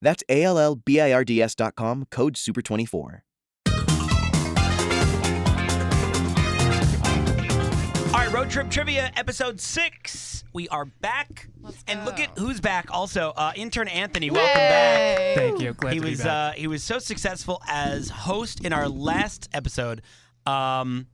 That's A L L B I R D S dot com, code SUPER24. All right, road trip trivia, episode six. We are back, and look at who's back. Also, uh, intern Anthony, welcome back. Thank you. Glad he to was be Uh, back. he was so successful as host in our last episode um,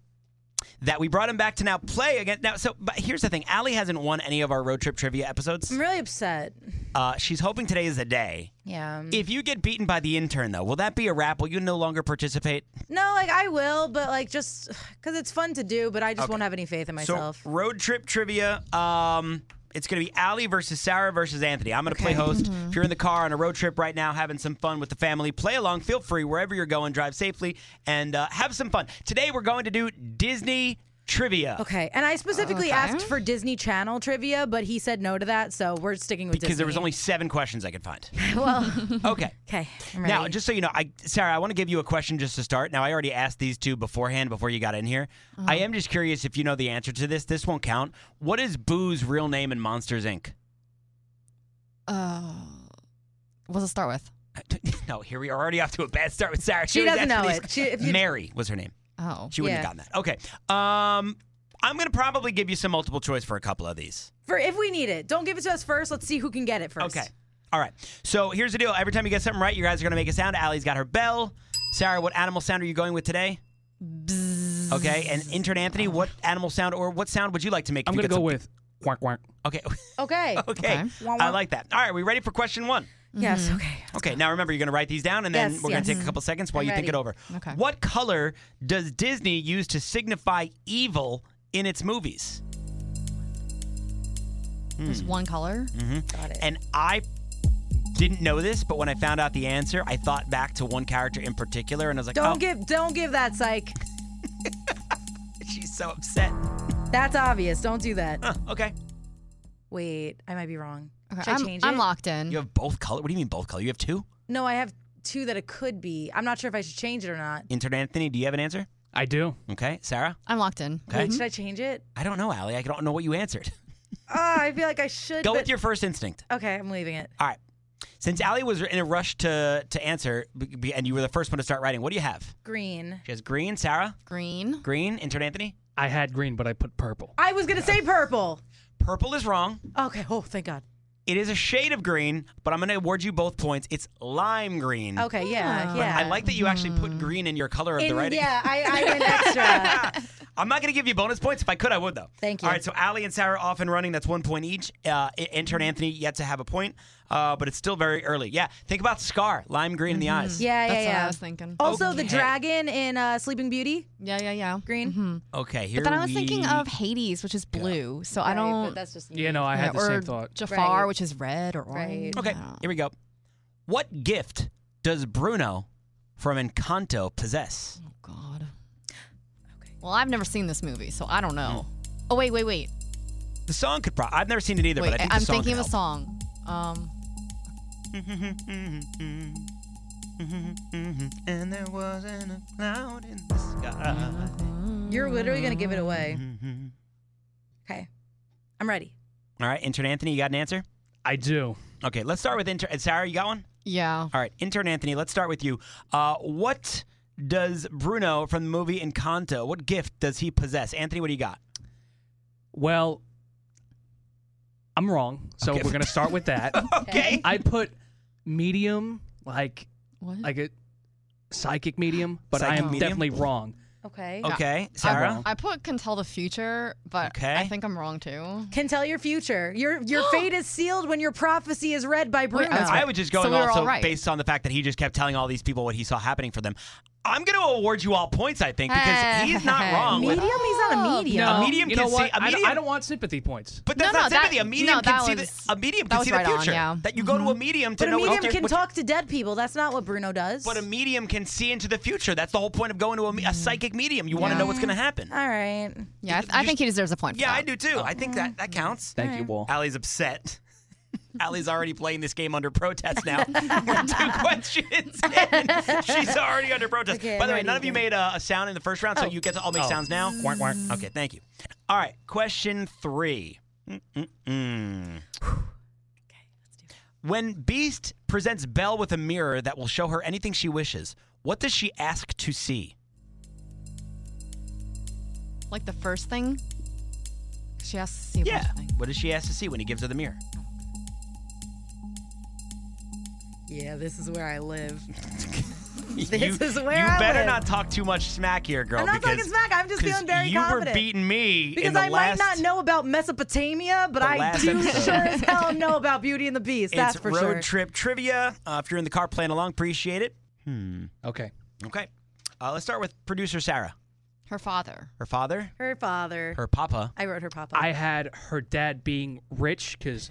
that we brought him back to now play again. Now, so but here's the thing: Allie hasn't won any of our road trip trivia episodes. I'm really upset. Uh, she's hoping today is the day. Yeah. If you get beaten by the intern, though, will that be a wrap? Will you no longer participate? No, like I will, but like just because it's fun to do, but I just won't have any faith in myself. So road trip trivia. Um, it's going to be Allie versus Sarah versus Anthony. I'm going to play host. Mm-hmm. If you're in the car on a road trip right now, having some fun with the family, play along. Feel free wherever you're going. Drive safely and uh, have some fun. Today we're going to do Disney trivia. okay. And I specifically asked for Disney Channel trivia, but he said no to that, so we're sticking with Because Disney. there was only seven questions I could find. well. Okay. Okay. I'm ready. Now, just so you know, I Sarah, I want to give you a question just to start. Now, I already asked these two beforehand before you got in here. I Uh-huh. am just curious if you know the answer to this. This won't count. What is Boo's real name in Monsters Inc? Uh, what's it start with? No, here we are already off to a bad start with Sarah. She was doesn't know actually- it. She- if you- Mary was her name. Oh, She wouldn't have gotten that. Okay. Um, I'm going to probably give you some multiple choice for a couple of these. for if we need it, don't give it to us first. Let's see who can get it first. Okay. All right. So here's the deal. Every time you get something right, you guys are going to make a sound. Allie's got her bell. Sarah, what animal sound are you going with today? Okay. And intern Anthony, what animal sound or what sound would you like to make? if I'm you gonna get go something- with quack quack. Okay. Okay. okay. Okay. Wah, I wah. like that. All right. We ready for question one? Yes. Okay. Okay, now remember, you're going to write these down and then Yes, we're going yes. to take a couple seconds while I'm you think it ready. over. Okay. What color does Disney use to signify evil in its movies? Hmm. there's one color. Got it. Mm-hmm. And I didn't know this, but when I found out the answer, I thought back to one character in particular and I was like, oh, Don't give. Don't give that psych. she's so upset. That's obvious. Don't do that. Huh, okay. Wait, I might be wrong. Okay, Should i I'm, change I'm it? locked in. You have both color. What do you mean both color? You have two? No, I have two that it could be. I'm not sure if I should change it or not. Intern Anthony, do you have an answer? I do. Okay. Sarah? I'm locked in. Okay. Wait, should I change it? I don't know, Allie. I don't know what you answered. Ah, I feel like I should. Go but- with your first instinct. Okay, I'm leaving it. All right. Since Allie was in a rush to, to answer b- b- and you were the first one to start writing, what do you have? Green. She has green, Sarah. Green. Green, intern Anthony. I had green, but I put purple. I was gonna say purple. Purple is wrong. Okay. Oh, thank God. It is a shade of green, but I'm going to award you both points. It's lime green. Okay. Yeah. Ah. Yeah. I like that you actually put green in your color of the In- writing. yeah, I, I went extra. I'm not going to give you bonus points. If I could, I would, though. Thank All you. right, so Allie and Sarah off and running. That's one point each. Uh, i- intern Anthony yet to have a point, uh, but it's still very early. Yeah, think about Scar, lime green in the Mm-hmm. eyes. yeah. That's Yeah. what I Yeah. was thinking. Also, the Okay. dragon in uh, Sleeping Beauty, yeah, yeah, yeah. Mm-hmm. green. Okay, here But then I was we- thinking of Hades, which is blue. So I don't. that's just Yeah, no, I had the or same thought. Jafar, Right. which is red or Right. orange. Oh, Okay, I don't- here we go. What gift does Bruno from Encanto possess? Oh God. Well, I've never seen this movie, so I don't know. Oh wait, wait, wait, The song could probably. I've never seen it either, wait! Hmm. but I think I'm the song thinking could of a help. song. Um, And there wasn't a cloud in the sky. You're literally gonna give it Mm-hmm. away. Okay, I'm ready. All right, intern Anthony, you got an answer? I do. Okay, let's start with intern. Sarah, you got one? yeah. All right, intern Anthony, let's start with you. Uh, what does Bruno from the movie Encanto, what gift does he possess? Anthony, what do you got? Well, I'm wrong, so Okay. we're gonna start with that. Okay. I put medium, like What? like a psychic medium, but I Psychic am medium? definitely wrong. Okay. Okay, I'm Sarah. wrong. I put can tell the future, but Okay. I think I'm wrong too. Can tell your future. Your your fate is sealed when your prophecy is read by Bruno. that's I was just So going we were all also right. based on the fact that he just kept telling all these people what he saw happening for them. I'm going to award you all points, I think, Eh. because he's not wrong. with- Medium? He's not a medium. No, A medium you can know what? see- a I don't- I, medium- don't want sympathy points. But that's No, not no, that- sympathy. a medium no, can that see was- the a medium that can was see right the on, future. yeah. Mm-hmm. That you go to a medium to But a know medium what you can talk to dead people. That's not what Bruno does. But a medium can see into the future. That's the whole point of going to a, Mm. me- a psychic medium. You want to know what's going to happen. All right. Yeah, I, th- I think he deserves a point. For Yeah, I that. do too. I think that that counts. Thank you, Wall. Allie's upset. Allie's already playing this game under protest now. We're two questions in. She's already under protest. Okay, By the I'm way, none of ready you again. made a, a sound in the first round, so you get to all make Oh. sounds now. Quack, quack. Okay, thank you. All right, question three. Mm-mm-mm. When Beast presents Belle with a mirror that will show her anything she wishes, what does she ask to see? Like the first thing. She has to see a Yeah. bunch of things. What does she ask to see when he gives her the mirror? Yeah, this is where I live. This is where you I better live. not talk too much smack here, girl. I'm not because, talking smack. I'm just 'cause feeling very you confident. were beating me in Because the I last. might not know about Mesopotamia, but the I last do episode. sure as hell know about Beauty and the Beast. That's it's for road sure. trip trivia. Uh, if you're in the car playing along, appreciate it. Okay. Okay, uh, let's start with producer Sarah. Her father. Her father, her father. her papa. I wrote her papa. I had her dad being rich because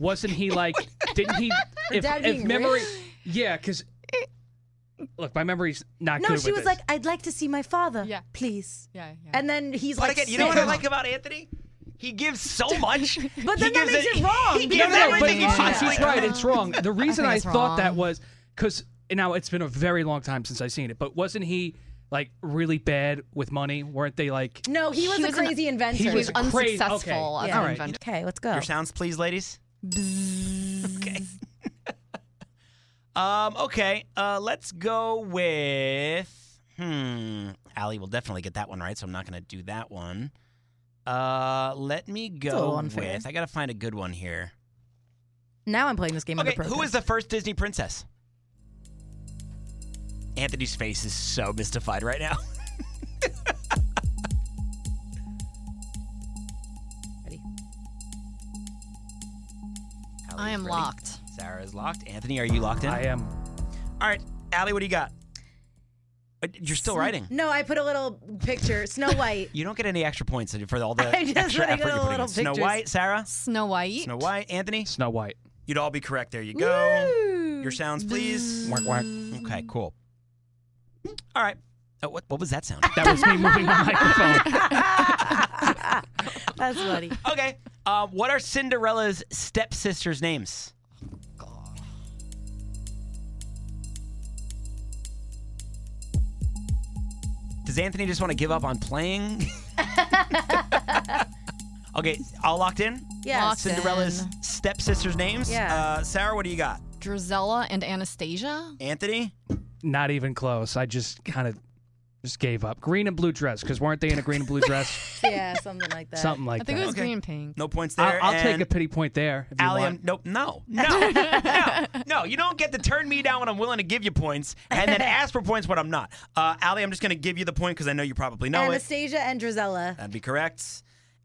wasn't he like? Didn't he? if, dad if being memory, yeah, because look, my memory's not no, good. she with was this. like, I'd like to see my father. Yeah. Please. Yeah, yeah. And then he's But like, again, you know what I "Sick." like about Anthony? He gives so much. But He then that gives makes it wrong, He because gives No, no, no, everything but he it's- she's, possibly she's can. right. It's wrong. The reason I, it's thought that wrong. was because now it's been a very long time since I've seen it. But wasn't he like really bad with money? Weren't they like? No, he was He a was an- crazy inventor. He He was was crazy- okay. unsuccessful as Yeah. an Alright. inventor. Okay, let's go. Your sounds, please, ladies. okay. um. Okay. Uh. Let's go with. Hmm. Allie will definitely get that one right, so I'm not going to do that one. Uh. Let me little go unfair. with. I got to find a good one here. Now I'm playing this game Okay. under Who is the first Disney princess? Anthony's face is so mystified right now. Ready? Allie I is am ready. locked. Sarah is locked. Anthony, are you locked in? I am. All right, Allie, what do you got? Uh, You're still writing. No, I put a little picture. Snow White. You don't get any extra points for all the I just extra wanna effort get you're a putting in. little Snow pictures. White, Sarah, Snow White. Snow White, Anthony. Snow White. You'd all be correct. There you go. Your sounds, please. Whack, whack. Okay, cool. All right. Oh, what, what was that sound? That was me moving my microphone. That's funny. okay. Uh, what are Cinderella's stepsisters' names? God. Does Anthony just want to give up on playing? okay, all locked in? Yeah. Locked. Cinderella's stepsisters' names? Yeah. Uh, Sarah, what do you got? Drizella and Anastasia. Anthony? Not even close. I just kind of just gave up. Green and blue dress because weren't they in a green and blue dress? Yeah, something like that. Something like I think that. it was Okay. green and pink. No points I'll, there. I'll take and a pity point there. If you Allie, want. I'm, nope, no, no, no, no. You don't get to turn me down when I'm willing to give you points and then ask for points when I'm not. Uh, Allie, I'm just going to give you the point because I know you probably know it. Anastasia and Drizella. That'd be correct.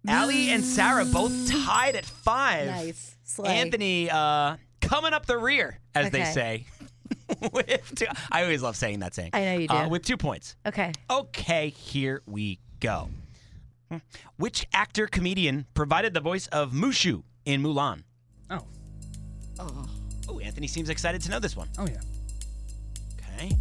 Allie and Sarah both tied at five. Nice. Slay. Anthony uh, coming up the rear, as they Okay. say. with two, I always love saying that saying. I know you do. Uh, with two points. Okay. Okay, here we go. Hmm. Which actor comedian provided the voice of Mushu in Mulan? Oh, Oh. Oh, Anthony seems excited to know this one. oh yeah. Okay.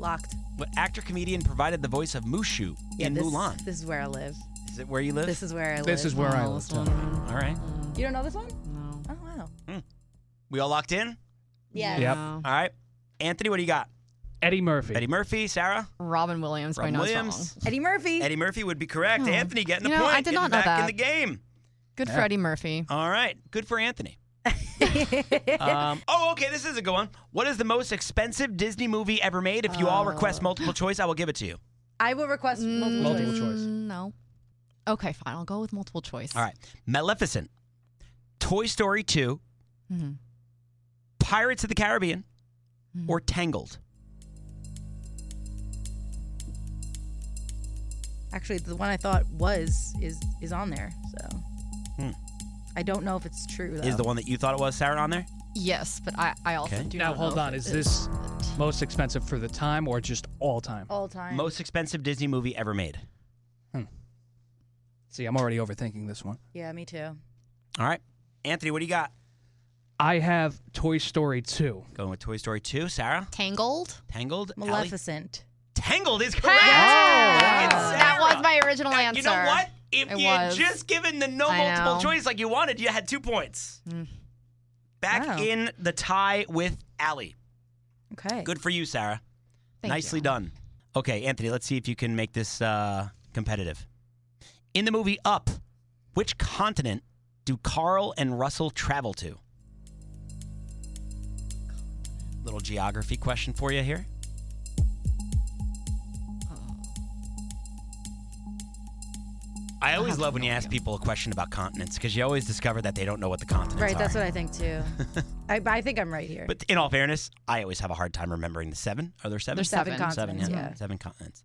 Locked. What actor comedian provided the voice of Mushu Yeah, in this, Mulan? This is where I live. Is it where you live? This is where I live. This is where I Oh, was. this one. All right. You don't know this one? No. Oh wow. We all locked in? Yeah. Yep. No. All right. Anthony, what do you got? Eddie Murphy. Eddie Murphy, Sarah, Robin Williams. but I Robin know it's Williams. wrong. Eddie Murphy. Eddie Murphy would be correct. Oh. Anthony getting You a know, point. I did not getting know back in that. the game. Good for Eddie Murphy. All right. Good for Anthony. um, oh, okay. This is a good one. What is the most expensive Disney movie ever made? If you all Oh. request multiple choice, I will give it to you. I will request Mm. multiple, Multiple choice. choice. Mm, No. Okay, fine. I'll go with multiple choice. All right. Maleficent, Toy Story 2, Mm-hmm. Pirates of the Caribbean, or Tangled? Actually, the one I thought was is is on there. So Hmm. I don't know if it's true though. Is the one that you thought it was, Sarah, on there? Yes, but I, I also Okay. do Now not hold know on. if Is it this it. Most expensive for the time or just all time? Oh. All time. Most expensive Disney movie ever made. See, I'm already overthinking this one. yeah, me too. All right. Anthony, what do you got? I have Toy Story 2. Going with Toy Story 2, Sarah? Tangled. Tangled? Ally? Maleficent. Tangled is correct. Yes! It's Oh, That Sarah. was my original That- answer. You know what? If It you had was. just given the no I multiple know. Mm. choice like you wanted, you had two points. Back Wow. in the tie with Allie. Okay. Good for you, Sarah. Thank Nicely you. done. Okay, Anthony, let's see if you can make this uh, competitive. In the movie Up, which continent do Carl and Russell travel to? Little geography question for you here. I always have love when no you ask idea. people a question about continents because you always discover that they don't know what the continents Right, are. that's what I think too. I, but I think I'm right here. But in all fairness, I always have a hard time remembering the seven. Are there seven? There's seven, seven. continents. seven, yeah. Seven continents.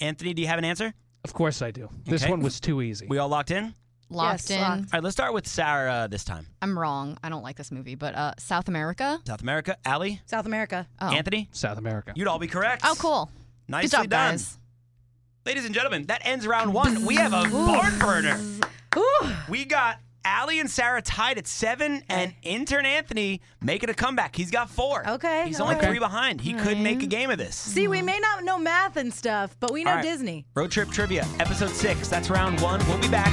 Anthony, do you have an answer? Of course I do. This Okay. one was too easy. We all locked in? All Locked Yes, in. locked. right, let's start with Sarah this time. I'm wrong. I don't like this movie, but uh, South America. South America, Allie, South America. Oh. Anthony, South America. you'd all be correct. Oh, cool. Nicely Good job, done. guys. Ladies and gentlemen, that ends round one. We have a barn burner. We got Allie and Sarah tied at seven, and intern Anthony making a comeback. He's got four. Okay, He's all only right. three behind. He could make a game of this. See, we may not know math and stuff, but we know All right. Disney. Road Trip Trivia, episode six. That's round one. We'll be back.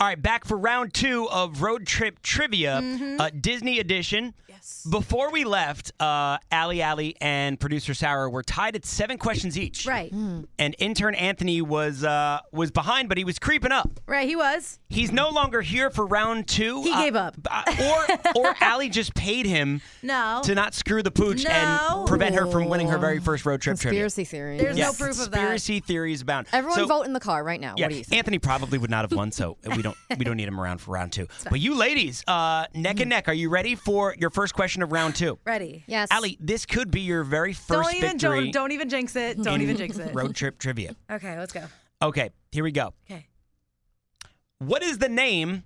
All right, back for round two of Road Trip Trivia, uh, Mm-hmm. Disney edition. Yes. Before we left, uh, Ali Ali and producer Sarah were tied at seven questions each. Right. And intern Anthony was uh, was behind, but he was creeping up. Right, he was. He's no longer here for round two. He Uh, gave up. uh, or or Ali just paid him No. to not screw the pooch Oh. No. and prevent her from winning her very first road trip trivia. Conspiracy theory. There's Yeah, no proof of that. Conspiracy theories abound. Everyone So- vote in the car right now. What do you think? Anthony probably would not have won, so we don't we don't need him around for round two. But you ladies, uh, neck Mm. and neck, are you ready for your first question of round two? Ready. Yes. Allie, this could be your very 1st Don't even victory don't, don't even jinx it. Don't even jinx it. road trip trivia. Okay, let's go. Okay, here we go. Okay. What is the name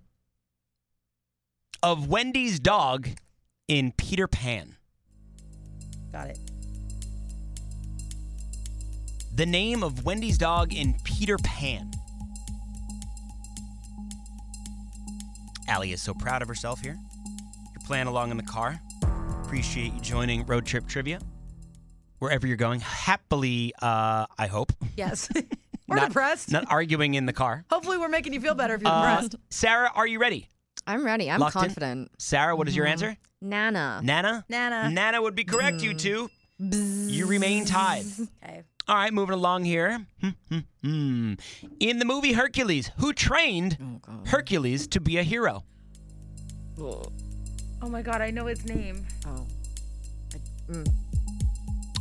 of Wendy's dog in Peter Pan? Got it. The name of Wendy's dog in Peter Pan. Allie is so proud of herself here. You're playing along in the car. Appreciate you joining Road Trip Trivia. Wherever you're going, happily, uh, I hope. Yes. We're not, depressed. Not arguing in the car. Hopefully we're making you feel better if you're Uh, depressed. Sarah, are you ready? I'm ready. I'm Locked in? confident. Sarah, what is Mm-hmm. your answer? Nana. Nana? Nana. Hmm. Nana would be correct, you two. You remain tied. Okay. All right, moving along here. Hmm, hmm, hmm. In the movie Hercules, who trained God. Hercules to be a hero? Oh my god, I know its name. oh.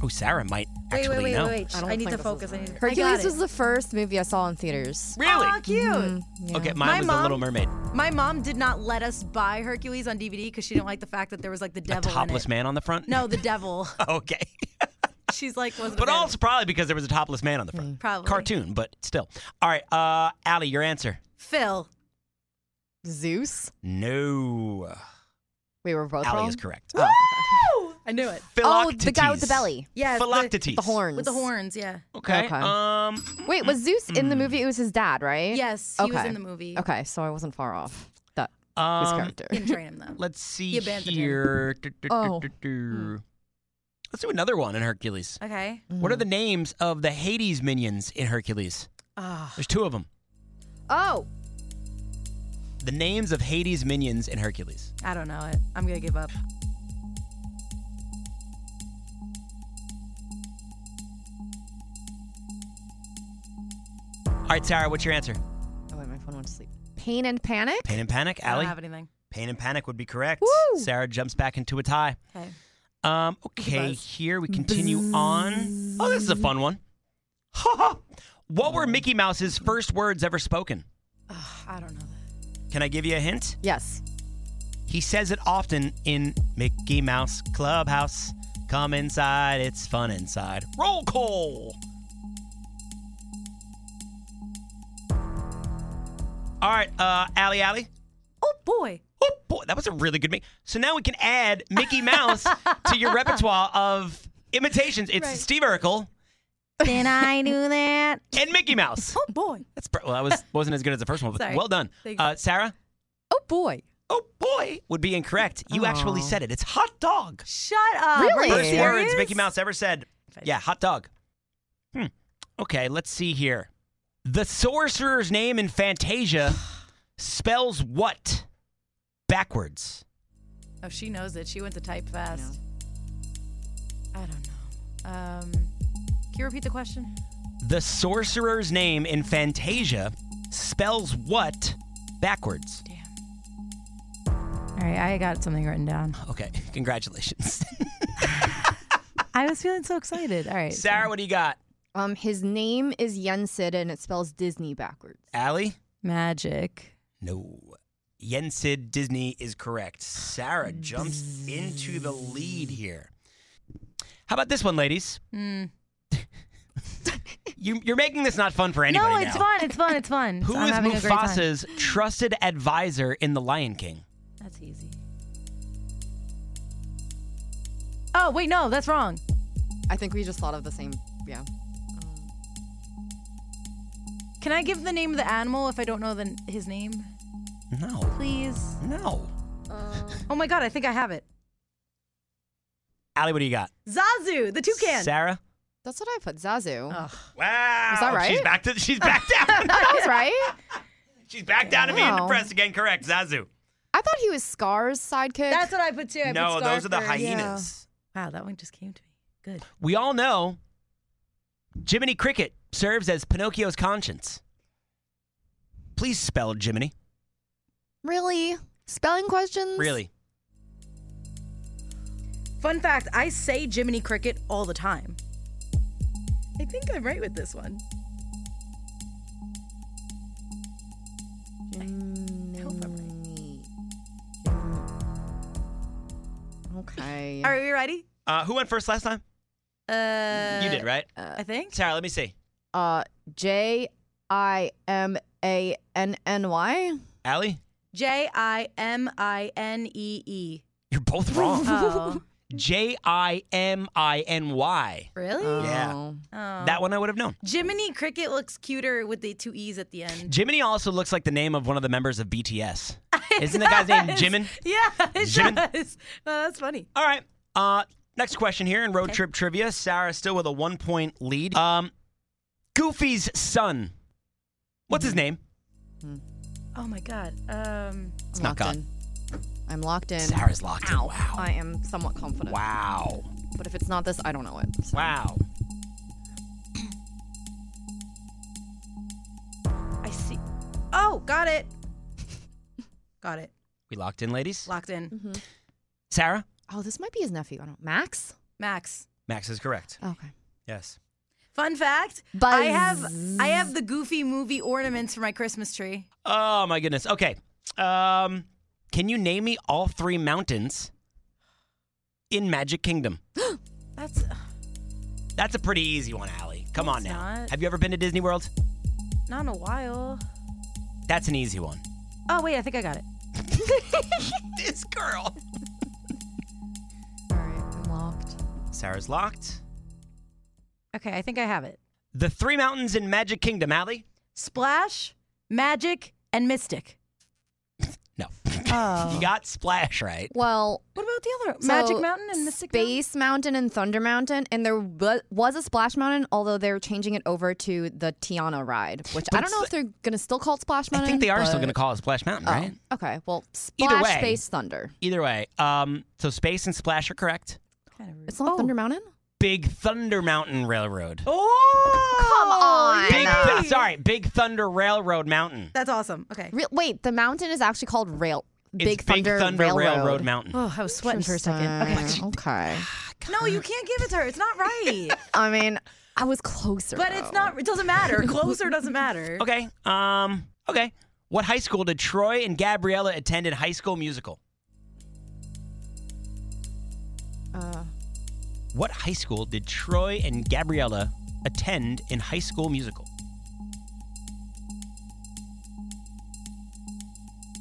Oh, Sarah might Wait, actually wait, wait, know. wait, wait. I I, don't need think to this is focus. I need to Hercules I got was it. the first movie I saw in theaters. Mm, Really? Mm-hmm. Aw, cute. Yeah. Okay, mine My was mom- The Little Mermaid. My mom did not let us buy Hercules on DVD because she didn't like the fact that there was like the A devil topless in it. man on the front? No, the devil. Okay. She's like, wasn't. but a fan. also probably because there was a topless man on the front. probably Cartoon, but still. All right, uh, Allie, your answer. Phil. Zeus. No. We were both Allie wrong. is correct. Uh, I knew it. Oh, the guy with the Philoctetes. belly. Yeah, the- Philoctetes. The horns. with the horns. Yeah. Okay. Okay. Um, Mm. Wait, was Zeus in the movie? It was his dad, right? Yes, he was Okay. in the movie. Okay, so I wasn't far off. That Um, His character. You can train him though. Let's see He abandoned him. here. Du- du- du- Oh. du- du. Let's do another one in Hercules. Okay. What are the names of the Hades minions in Hercules? Ah. There's two of them. Oh, The names of Hades minions in Hercules. I don't know it. I'm gonna give up. All right, Sarah, what's your answer? Oh wait, my phone went to sleep. Pain and panic. Pain and Panic, I don't Allie? have anything. Pain and Panic would be correct. Woo! Sarah jumps back into a tie. Okay. Um, okay, buzz. here we continue on. Oh, this is a fun one. Ha ha. What were Mickey Mouse's first words ever spoken? Ugh, Ah, I don't know that. Can I give you a hint? Yes. He says it often in Mickey Mouse Clubhouse. Come inside, it's fun inside. Roll call. All right, uh, Allie Allie. Oh boy. Oh boy, that was a really good make. So now we can add Mickey Mouse to your repertoire of imitations. It's Right. Steve Urkel Did I do that? and Mickey Mouse. Oh boy. That's pr- well, that was wasn't as good as the first one, but Sorry. well done, Thanks. uh, Sarah. Oh boy. Oh boy, would be incorrect. You actually Aw. said it. It's hot dog. Shut up. Really? Are you First Hey. words serious? Mickey Mouse ever said. Yeah, hot dog. Hmm. Okay, let's see here. The sorcerer's name in Fantasia spells what backwards? Oh, she knows it. She went to type fast. I don't know. Um, can you repeat the question? The sorcerer's name in Fantasia spells what backwards? Damn. All right, I got something written down. Okay, congratulations. I was feeling so excited. All right. Sarah, what do you got? Um, his name is Yensid, and it spells Disney backwards. Allie? Magic. No. Yensid Disney is correct. Sarah jumps into the lead here. How about this one, ladies? Hmm. you, you're making this not fun for anybody no, it's now. fun. It's fun. It's fun. Who I'm is having a great time. Mufasa's trusted advisor in The Lion King? That's easy. Oh wait, no, that's wrong. I think we just thought of the same. Yeah. Can I give the name of the animal if I don't know the, his name, No, please? no. Oh my god, I think I have it. Allie, what do you got? Zazu, the toucan. Sarah? That's what I put. Oh. Zazu. Ugh. Wow. Is that She's right? back to she's back down. That was right. she's back down to being Wow. depressed again. Correct, Zazu. I thought he was Scar's sidekick. That's what I put too. I put no, Scar those are the first. hyenas. Wow, that one just came to me. Good. We all know Jiminy Cricket serves as Pinocchio's conscience. Please spell Jiminy. really spelling questions. Really? Fun fact: I say Jiminy Cricket all the time. I think I'm right with this one. hope I'm Jiminy. Okay. Are we ready? Uh, who went first last time? Uh, you did, right? I think. Sarah, let me see. Uh, J I M A N N Y. Allie, J I M I N E E. you're both wrong. Oh, J I M I N Y. really? Yeah. Oh. Oh. That one I would have known. Jiminy Cricket looks cuter with the two E's at the end. Jiminy also looks like the name of one of the members of BTS. Isn't the guy's name Jimin? Yeah, it Jimin? does. Oh, that's funny. All right. Uh, next question here in road trip trivia. Sarah still with a one point lead. Um, Goofy's son. What's Mm-hmm. his name? Oh my god. Um, It's not God. I'm locked in. Sarah's locked in. Wow. I am somewhat confident. Wow. But if it's not this, I don't know it. So. Wow. I see. Oh, got it. got it. We locked in, ladies. Locked in. Sarah? Oh, this might be his nephew. I don't. Max. Max. Max is correct. Okay. Yes. Fun fact. I have I have the Goofy movie ornaments for my Christmas tree. Oh, my goodness. Okay. Um, can you name me all three mountains in Magic Kingdom? That's That's a pretty easy one, Allie. Come on it's now. not. Have you ever been to Disney World? not in a while. That's an easy one. Oh wait, I think I got it. This girl. All right. I'm locked. Sarah's locked. Okay, I think I have it. The three mountains in Magic Kingdom, Allie? Splash, Magic, and Mystic. No. you got Splash right. Well, What about the other so Magic Mountain and Mystic Mountain? Space Mountain and Thunder Mountain, and there wa- was a Splash Mountain, although they're changing it over to the Tiana ride, which I don't know if they're gonna still call it Splash I Mountain. think they are still but- going to call it Splash Mountain, Oh, right? Okay, well, Either Splash way. Space Thunder. Either way, um, so Space and Splash are correct. Kind of rude. It's not Thunder Mountain. Big Thunder Mountain Railroad. Oh, Come on. Big Th- sorry, Big Thunder Railroad Mountain. That's awesome. Okay. Re- wait, the mountain is actually called Rail It's Big Thunder, Railroad. Mountain. Oh, I was sweating for a second. Okay. Interesting. Okay. Oh, No, you can't give it to her. It's not right. I mean, I was closer. but it's though. not. It doesn't matter. Closer doesn't matter. Okay. Um. Okay. What high school did Troy and Gabriella attend in High School Musical? Uh, What high school did Troy and Gabriella attend in High School Musical?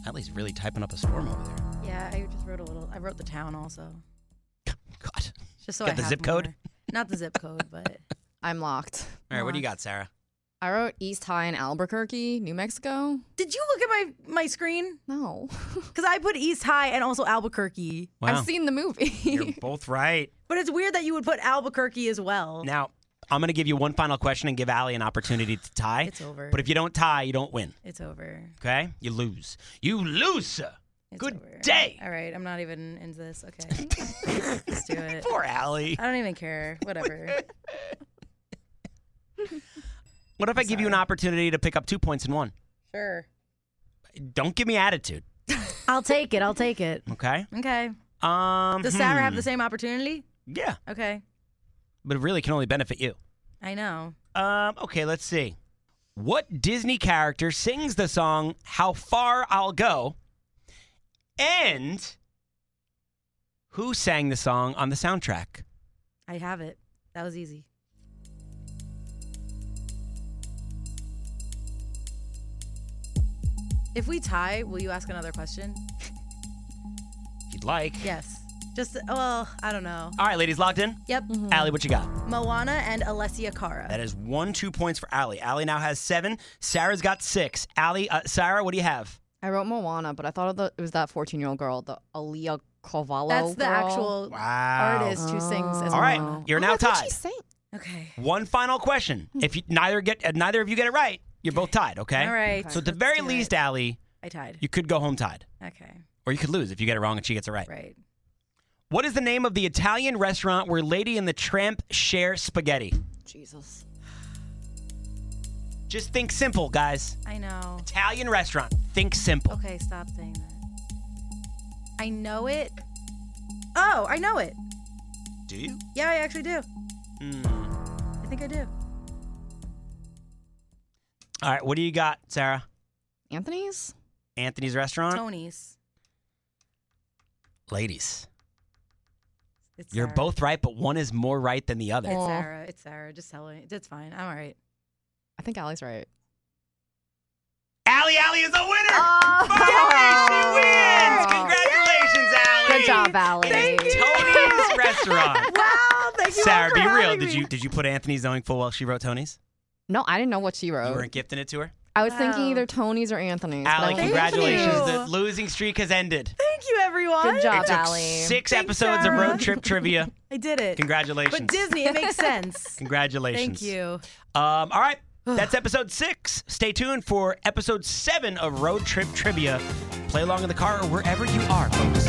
At least really typing up a storm over there. Yeah, I just wrote a little. I wrote the town also, God. just so Got I the have zip code? more. Not the zip code, but I'm locked. All right. What do you got, Sarah? I wrote East High in Albuquerque, New Mexico. did you look at my my screen? No, Because I put East High and also Albuquerque. I've seen the You're movie. both right. But it's weird that you would put Albuquerque as well. Now, I'm going to give you one final question and give Allie an opportunity to tie. It's over. But if you don't tie, you don't win. It's over. Okay? You lose. You lose, sir. It's Good over. day. All right, I'm not even into this. Okay, let's do it. Poor Allie. I don't even care. Whatever. What if I give you an opportunity to pick up two points in one? sure. Don't give me attitude, I'll take it. I'll take it. okay? Okay. Um, Does Sarah have hmm. the same opportunity? Yeah, Okay. but it really can only benefit you. I know. Um, okay, let's see. What Disney character sings the song "How Far I'll Go"? And who sang the song on the soundtrack? I have it. That was easy. If we tie, will you ask another question? If you'd like. Yes. Just well, I don't know. All right, ladies, locked in. Yep. Allie, what you got? Moana and Alessia Cara. That is one, two points for Allie. Allie now has seven. Sarah's got six. Allie, uh, Sarah, what do you have? I wrote Moana, but I thought of the, it was that 14 year old girl, the Aaliyah Carvalho. That's the girl. actual Wow. artist who sings as All right, Moana. you're Oh, now I thought she tied. sang- Okay. One final question. If you, neither get uh, neither of you get it right, you're both tied. Okay. Hmm. All right. So at the let's very do least, it. Allie, I tied. you could go home tied, Okay. or you could lose if you get it wrong and she gets it right. Right. What is the name of the Italian restaurant where Lady and the Tramp share spaghetti? Jesus. Just think simple, guys. I know. Italian restaurant. Think simple. Okay, stop saying that. I know it. Oh, I know it. Do you? Yeah, I actually do. Mm. I think I do. All right. What do you got, Sarah? Anthony's? Anthony's restaurant. Tony's. Ladies, It's you're Sarah. both right, but one is more right than the other. Oh. It's Sarah. It's Sarah. Just tell it. It's fine. I'm all right. I think Allie's right. Allie, Allie is the winner. Oh. Finally, she wins. Congratulations, Allie. Good job, Allie. Thank you. Tony's restaurant. Wow, thank Sarah, be real. Did you did you put Anthony's knowing full well she wrote Tony's? No, I didn't know what she You wrote. weren't gifting it to her. I was thinking Wow. either Tony's or Anthony's. but I Allie, went with congratulations. Anthony's. The losing streak has ended. Thank you, everyone. Good job, it took Allie. six Thanks, episodes of Sarah. road trip trivia. I did it. Congratulations. But Disney, it makes sense. Congratulations. Thank you. Um, all right. That's episode six. Stay tuned for episode seven of Road Trip Trivia. Play along in the car or wherever you are, folks.